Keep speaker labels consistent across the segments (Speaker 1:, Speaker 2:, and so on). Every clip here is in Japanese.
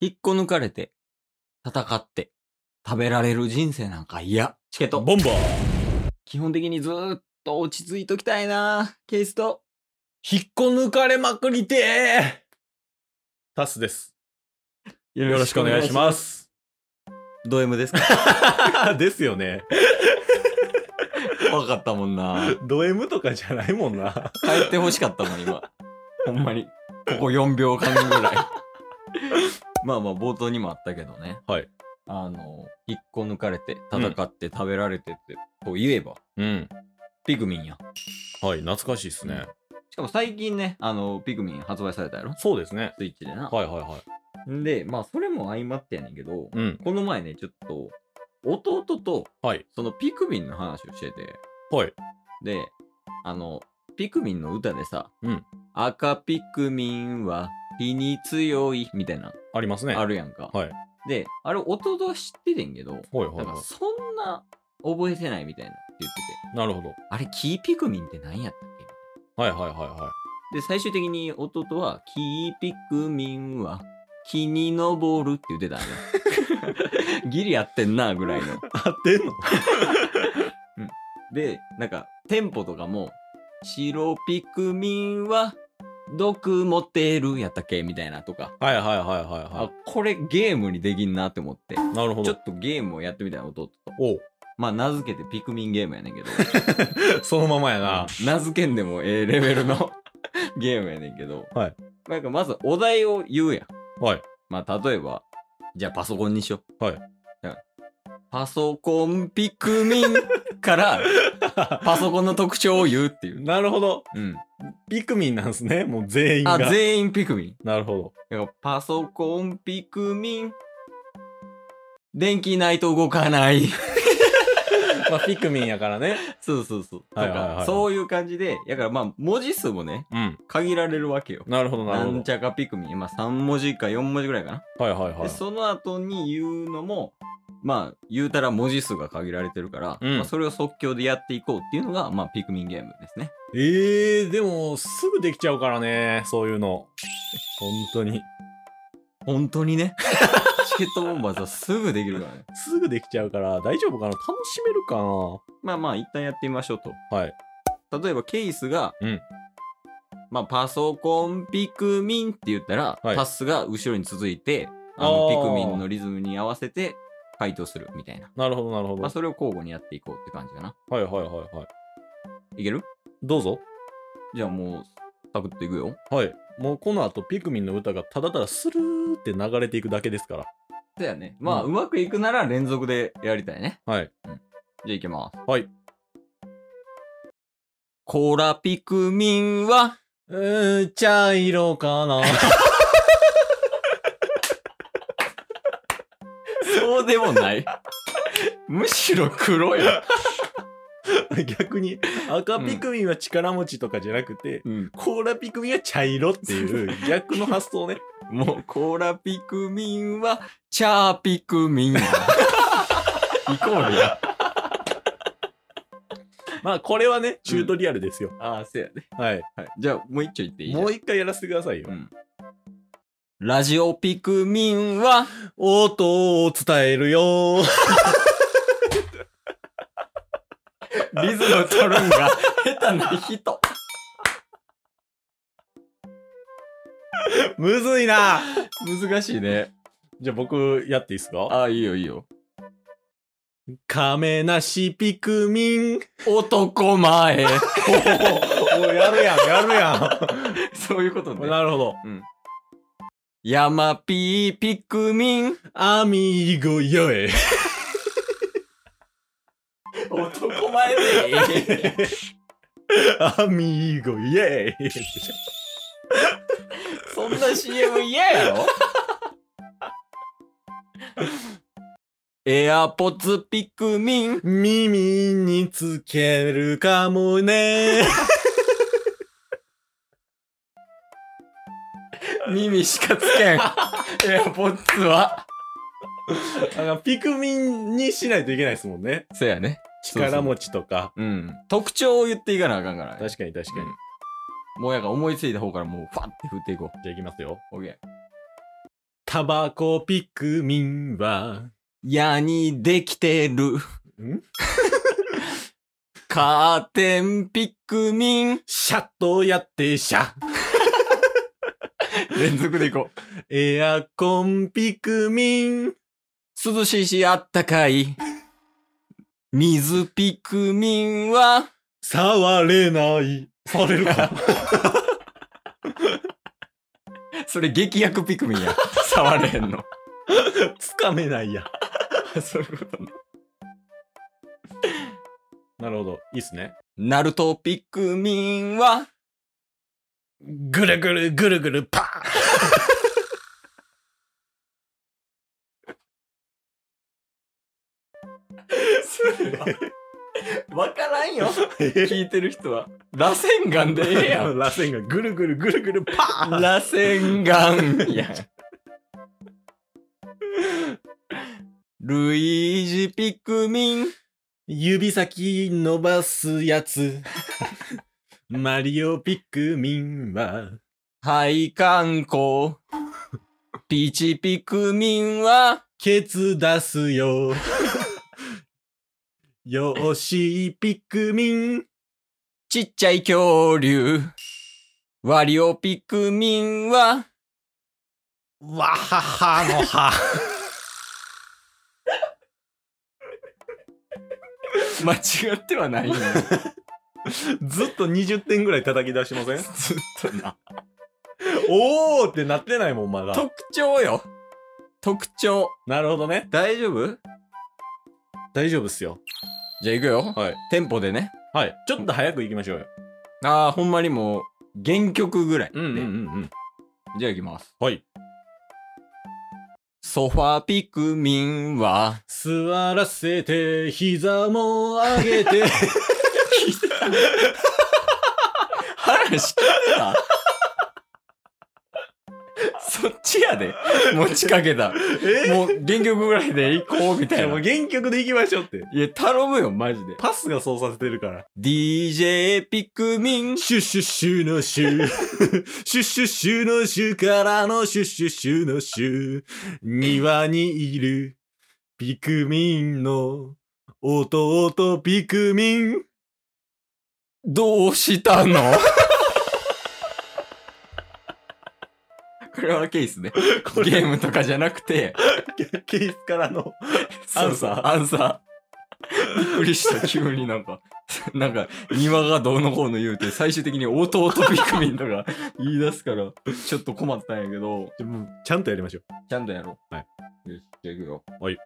Speaker 1: 引っこ抜かれて、戦って、食べられる人生なんか嫌。チケット。
Speaker 2: ボンバー
Speaker 1: 基本的にずーっと落ち着いときたいなケイスト。
Speaker 2: 引っこ抜かれまくりてータスです。
Speaker 1: よ
Speaker 2: よろしくお願いし
Speaker 1: す。
Speaker 2: ます。
Speaker 1: ド M ですか
Speaker 2: ですよね。
Speaker 1: わかったもんな
Speaker 2: ド M とかじゃないもんな。
Speaker 1: 帰ってほしかったもん、今。ほんまに。ここ4秒間ぐらい。 まあまあ、冒頭にもあったけどね。
Speaker 2: はい。
Speaker 1: あの、引っこ抜かれて、戦って、食べられてって、こう言えば、
Speaker 2: うん。
Speaker 1: ピグミンや。
Speaker 2: はい、懐かしいですね。
Speaker 1: しかも最近ね、あの、ピグミン発売されたやろ
Speaker 2: そうですね。
Speaker 1: スイッチでな。
Speaker 2: はいはいはい。
Speaker 1: んで、まあ、それも相まってやねんけど、
Speaker 2: うん。
Speaker 1: この前ね、ちょっと、弟と、
Speaker 2: はい。
Speaker 1: そのピクミンの話をしてて、
Speaker 2: はい。
Speaker 1: で、あの、ピクミンの歌でさ、
Speaker 2: うん
Speaker 1: 赤ピクミンは火に強いみたいな、
Speaker 2: ありますね。
Speaker 1: あるやんか。
Speaker 2: はい。
Speaker 1: で、あれ、弟は知っててんけど、
Speaker 2: はいは
Speaker 1: ないんか
Speaker 2: は
Speaker 1: そんな覚えてないみたいなって言ってて、
Speaker 2: い。なるほど。
Speaker 1: あれ、キーピクミンって何やったっけ
Speaker 2: はいはいはいは
Speaker 1: で、最終的に弟は、キーピクミンは、木に登るって言ってたん よ。ギリやってんな、ぐらいの。
Speaker 2: い。合ってんの
Speaker 1: で、なんか、テンポとかも、白ピクミンは、毒持ってるやったっけみたいなとか。
Speaker 2: はいはいはいはい
Speaker 1: あ
Speaker 2: は、
Speaker 1: これゲームにできんなって思って。
Speaker 2: い。なるほ
Speaker 1: ちょ
Speaker 2: ど。
Speaker 1: っとゲームをやってみたいな弟と。
Speaker 2: おう
Speaker 1: まあ、名付けてピクミンゲームやねんけど。
Speaker 2: そのままやな。
Speaker 1: 名付けんでもええレベルの ゲームやねんけど。
Speaker 2: はい
Speaker 1: なんか、まずお題を言うやん。
Speaker 2: はい。
Speaker 1: まあ、例えば、じゃあパソコンにしよう。
Speaker 2: はい
Speaker 1: だから。パソコンピクミン から、パソコンの特徴を言うっていう。
Speaker 2: なるほど。
Speaker 1: うん。
Speaker 2: ピクミンなんですね。もう全員が。
Speaker 1: あ、全員ピクミン。
Speaker 2: なるほ
Speaker 1: だからパソコンピクミン。電気ないと動か ない。
Speaker 2: ど。まあ、ピクミンやからね。
Speaker 1: そうそうそう。と
Speaker 2: はいはいはい
Speaker 1: か、そういう感じで、だからまあ、文字数もね、
Speaker 2: うん。
Speaker 1: 限られるわけよ。
Speaker 2: なるほどな
Speaker 1: な
Speaker 2: るほ
Speaker 1: んちゃかピクミン。まあ、3文字か4文字ぐらいかな。
Speaker 2: ど。はいはいは
Speaker 1: で
Speaker 2: い。
Speaker 1: その後に言うのもまあ言うたら文字数が限られてるから、
Speaker 2: うん
Speaker 1: まあ、それを即興でやっていこうっていうのが、まあ、ピクミンゲームですね。
Speaker 2: ええー、でも、すぐできちゃうからね、そういうの。本当に。
Speaker 1: 本当にね チケットボンバーズはすぐできるからね。
Speaker 2: すぐできちゃうから、大丈夫かな楽しめるかな
Speaker 1: まあまあ一旦やってみましょう
Speaker 2: はい。
Speaker 1: と。例えばケースが、
Speaker 2: うん
Speaker 1: まあ、パソコンピクミンって言ったら、
Speaker 2: はい
Speaker 1: タスが後ろに続いてあ
Speaker 2: あ
Speaker 1: のピ
Speaker 2: ー
Speaker 1: クミンのリズムに合わせて回答するみたいな。
Speaker 2: なるほど、なるほど。
Speaker 1: まあそれを交互にやっていこうって感じかな。
Speaker 2: はいはいはいはい。
Speaker 1: いける
Speaker 2: どうぞ。
Speaker 1: じゃあもうサクッといくよ。
Speaker 2: はい。もうこの後、ピクミンの歌がただただスルーって流れていくだけですから。
Speaker 1: だよね。まあ、
Speaker 2: う
Speaker 1: うんまくいくなら連続でやりたいね。
Speaker 2: はい。
Speaker 1: じゃあいきます。
Speaker 2: はい。
Speaker 1: コーラピクミンは、
Speaker 2: うー、茶色かな
Speaker 1: そうでも ない。むしろ黒や。
Speaker 2: 逆に、赤ピクミンは力持ちとかじゃなくて、
Speaker 1: うん。
Speaker 2: コーラピクミンは茶色っ ていう逆の発想ね。
Speaker 1: もう、コーラピクミンは、チャーピクミ ンや。イコールや。
Speaker 2: まあ、これはね、チュートリアルですよ。
Speaker 1: ああ、そうやね。
Speaker 2: はい。
Speaker 1: はい。じゃあ、もう一丁言っていい
Speaker 2: もう一回やらせてくださいよ。
Speaker 1: うん。ラジオピクミンは、
Speaker 2: 音を伝えるよ。
Speaker 1: リズム取るんが、 下手な人。
Speaker 2: むずいな。
Speaker 1: 難しいね。
Speaker 2: じゃあ僕やっていいですか
Speaker 1: ああ、いいよいいよ。
Speaker 2: 亀梨ピク ミン。
Speaker 1: 男前。
Speaker 2: もうやるやん、やるや
Speaker 1: そういうことね。
Speaker 2: なるほど。
Speaker 1: ヤマピーピクミン。
Speaker 2: アミーゴよえ。
Speaker 1: 男前で。
Speaker 2: アミーゴイエイ。
Speaker 1: そんな CM 嫌やろエアポッツピクミン。
Speaker 2: 耳につけるかもね。
Speaker 1: 耳しかつけん。エアポッツは。
Speaker 2: ピクミンにしないといけないですもんね。
Speaker 1: そうやね。
Speaker 2: 力持ちとか。
Speaker 1: うん。特徴を言っていかなあかんからね。
Speaker 2: 確かに確かに。
Speaker 1: うんもうやから思いついた方からもうファッて振っていこ
Speaker 2: じゃあいきますよ。
Speaker 1: う。オッケ
Speaker 2: タバコピクミンは、
Speaker 1: 矢にできてる。
Speaker 2: ん
Speaker 1: カーテンピクミン。
Speaker 2: シャッとやってシャ。
Speaker 1: 連続でいこ
Speaker 2: エアコンピクミン。
Speaker 1: う。涼しいし、あったかい。水ピクミンは、
Speaker 2: 触れない。触れる か。
Speaker 1: それ劇薬ピクミンや。触れへんの。
Speaker 2: つかめないや。
Speaker 1: そういうことね。
Speaker 2: なるほど。いいっすね。
Speaker 1: ナルトピクミンは、
Speaker 2: ぐるぐるぐるぐるパーン
Speaker 1: わからんよ。
Speaker 2: え
Speaker 1: 聞いてる人は。螺旋丸でええやん。
Speaker 2: 螺旋がぐるぐるぐるぐるパーン
Speaker 1: 螺旋丸やん。ルイージピクミン。
Speaker 2: 指先伸ばすやつ。マリオピクミンは、
Speaker 1: 配管工。ピチピクミンは、
Speaker 2: ケツ出す よ。よーし、ピクミン。
Speaker 1: ちっちゃい恐竜。ワリオピクミンは、
Speaker 2: わははのは。
Speaker 1: 間違ってはないね。
Speaker 2: ずっと20点ぐらい叩き出しません
Speaker 1: ずっとな。
Speaker 2: おーってなってないもん、まだ。
Speaker 1: 特徴よ。特徴。
Speaker 2: なるほどね。
Speaker 1: 大丈夫
Speaker 2: 大丈夫っすよ。
Speaker 1: じゃあ行くよ。
Speaker 2: はい。
Speaker 1: テンポでね。
Speaker 2: はい。ちょっと早く行きましょうよ。
Speaker 1: ああ、ほんまにもう、原曲ぐらい。
Speaker 2: うん。
Speaker 1: でじゃあ行きます。
Speaker 2: はい。
Speaker 1: ソファピクミンは、
Speaker 2: 座らせて、膝も上げて。
Speaker 1: 話聞いてたそっちやで。持ちかけた。
Speaker 2: え
Speaker 1: もう原曲ぐらいで行こうみたいな。い
Speaker 2: 原曲で行きましょうって。
Speaker 1: や、頼むよ、マジで。
Speaker 2: パスがそうさせてるから。
Speaker 1: DJ ピクミン。
Speaker 2: シュッシュッシュのシュ。 シュッシュッシュのシュからのシュッシュッシュのシュ。庭にいるピクミンの弟ピクミン。
Speaker 1: どうしたのこれはケースね。
Speaker 2: こ
Speaker 1: ゲ
Speaker 2: れ、
Speaker 1: ームとかじゃなくて、
Speaker 2: ケースからの。
Speaker 1: アンサー、アンサー。びっくりした、急になんか。 なんか、庭がどうのこうの言うて、最終的に弟ピクミンとか 言い出すから、ちょっと困ったんやけど、
Speaker 2: ちょもうちゃんとやりましょう。
Speaker 1: ちゃんとやろう。
Speaker 2: はい。
Speaker 1: よし、じゃあいくよ。
Speaker 2: はい。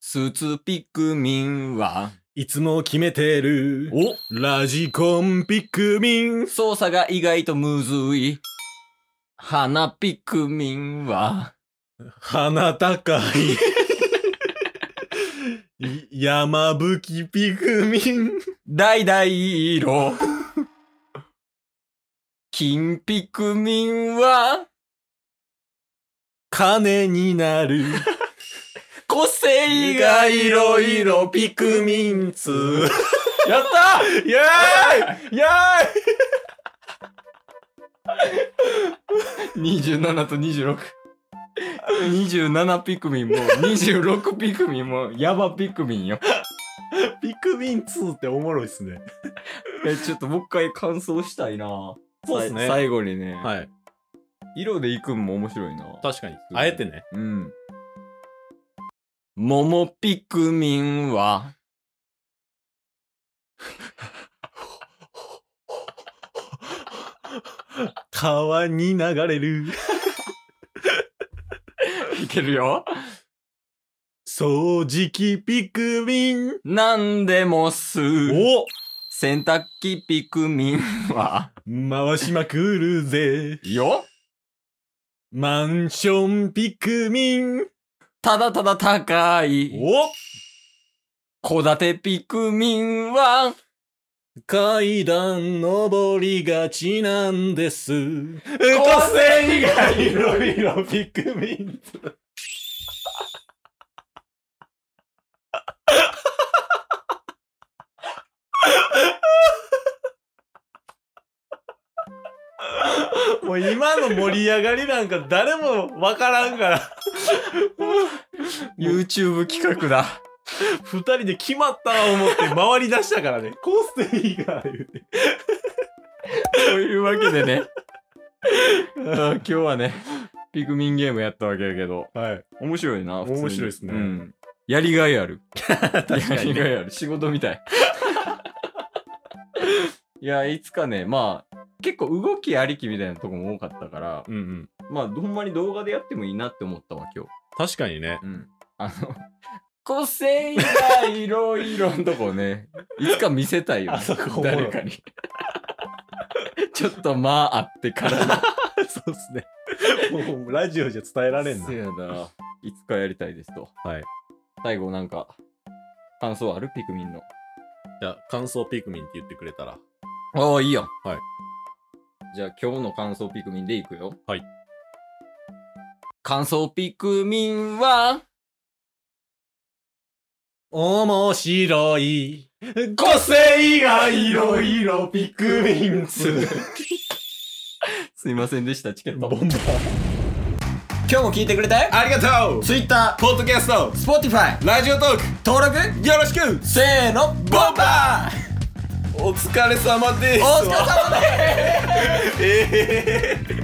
Speaker 1: スーツピクミンは、
Speaker 2: いつも決めてる。
Speaker 1: お
Speaker 2: ラジコンピクミン。
Speaker 1: 操作が意外とむずい。花ピクミンは、
Speaker 2: 鼻高い。い 山吹ピクミン。
Speaker 1: 大々色。金ピクミンは、
Speaker 2: 金になる。
Speaker 1: 個性がいろいろピクミン2。やった
Speaker 2: イェーイイェーイ
Speaker 1: 27と26。27ピクミンも26ピクミンもヤバピクミンよ。
Speaker 2: ピクミン2っておもろいっすね。
Speaker 1: え、ちょっともう一回感想したいな
Speaker 2: そうっすね
Speaker 1: さい最後にね、
Speaker 2: はい。
Speaker 1: 色でいくんも面白いな
Speaker 2: 確かに。あえてね。
Speaker 1: うん。桃ピクミンは、
Speaker 2: 川に流れる。
Speaker 1: いけるよ。
Speaker 2: 掃除機ピクミン。
Speaker 1: なんでもす。
Speaker 2: お
Speaker 1: 洗濯機ピクミンは、
Speaker 2: 回しまくるぜ。
Speaker 1: よ
Speaker 2: マンションピクミン。
Speaker 1: ただただ高い。
Speaker 2: お
Speaker 1: 戸建てピクミンは、
Speaker 2: 階段登りがちなんです。個
Speaker 1: 性
Speaker 2: がいろいろピクミン。もう今の盛り上がりなんか誰もわからんから、
Speaker 1: YouTube 企画だ。
Speaker 2: 二人で決まったわ思って回り出したからね。コースでいいから言うて。
Speaker 1: というわけでね。あー今日はね、ピクミンゲームやったわけやけど、
Speaker 2: はい。
Speaker 1: 面白いな、普通に
Speaker 2: 面白いっすね
Speaker 1: うん。やりがいある。
Speaker 2: 確かにね
Speaker 1: やりがいある。仕事みたい。 いや、いつかね、まあ、結構動きありきみたいなとこも多かったから、
Speaker 2: うんうん。
Speaker 1: まあ、ほんまに動画でやってもいいなって思ったわ、今日。
Speaker 2: 確かにね。
Speaker 1: うん。あの、個性がいろいろのとこね、いつか見せたいよ、ね
Speaker 2: あそこおもろい
Speaker 1: 誰かに。 ちょっとまああってからの
Speaker 2: そうっすね。もうラジオじゃ伝えられんな
Speaker 1: せ。やな。いつかやりたいですと。
Speaker 2: はい。
Speaker 1: 最後なんか、感想あるピクミンの。
Speaker 2: じゃあ、感想ピクミンって言ってくれたら。
Speaker 1: ああ、いいやん。
Speaker 2: はい。
Speaker 1: じゃあ今日の感想ピクミンでいくよ。
Speaker 2: はい。
Speaker 1: 感想ピクミンは、
Speaker 2: 面白い。個性がいろいろピクミン2。
Speaker 1: すいませんでした、チケッ
Speaker 2: ボ
Speaker 1: ト。
Speaker 2: ンバー。
Speaker 1: 今日も聞いてくれて
Speaker 2: ありがとう
Speaker 1: Twitter、
Speaker 2: ポッドキャスト、
Speaker 1: Spotify、
Speaker 2: ラジオトーク、
Speaker 1: 登録、
Speaker 2: よろしく
Speaker 1: せーの、ボンバー
Speaker 2: お疲れ様です
Speaker 1: お疲れ様です
Speaker 2: ええ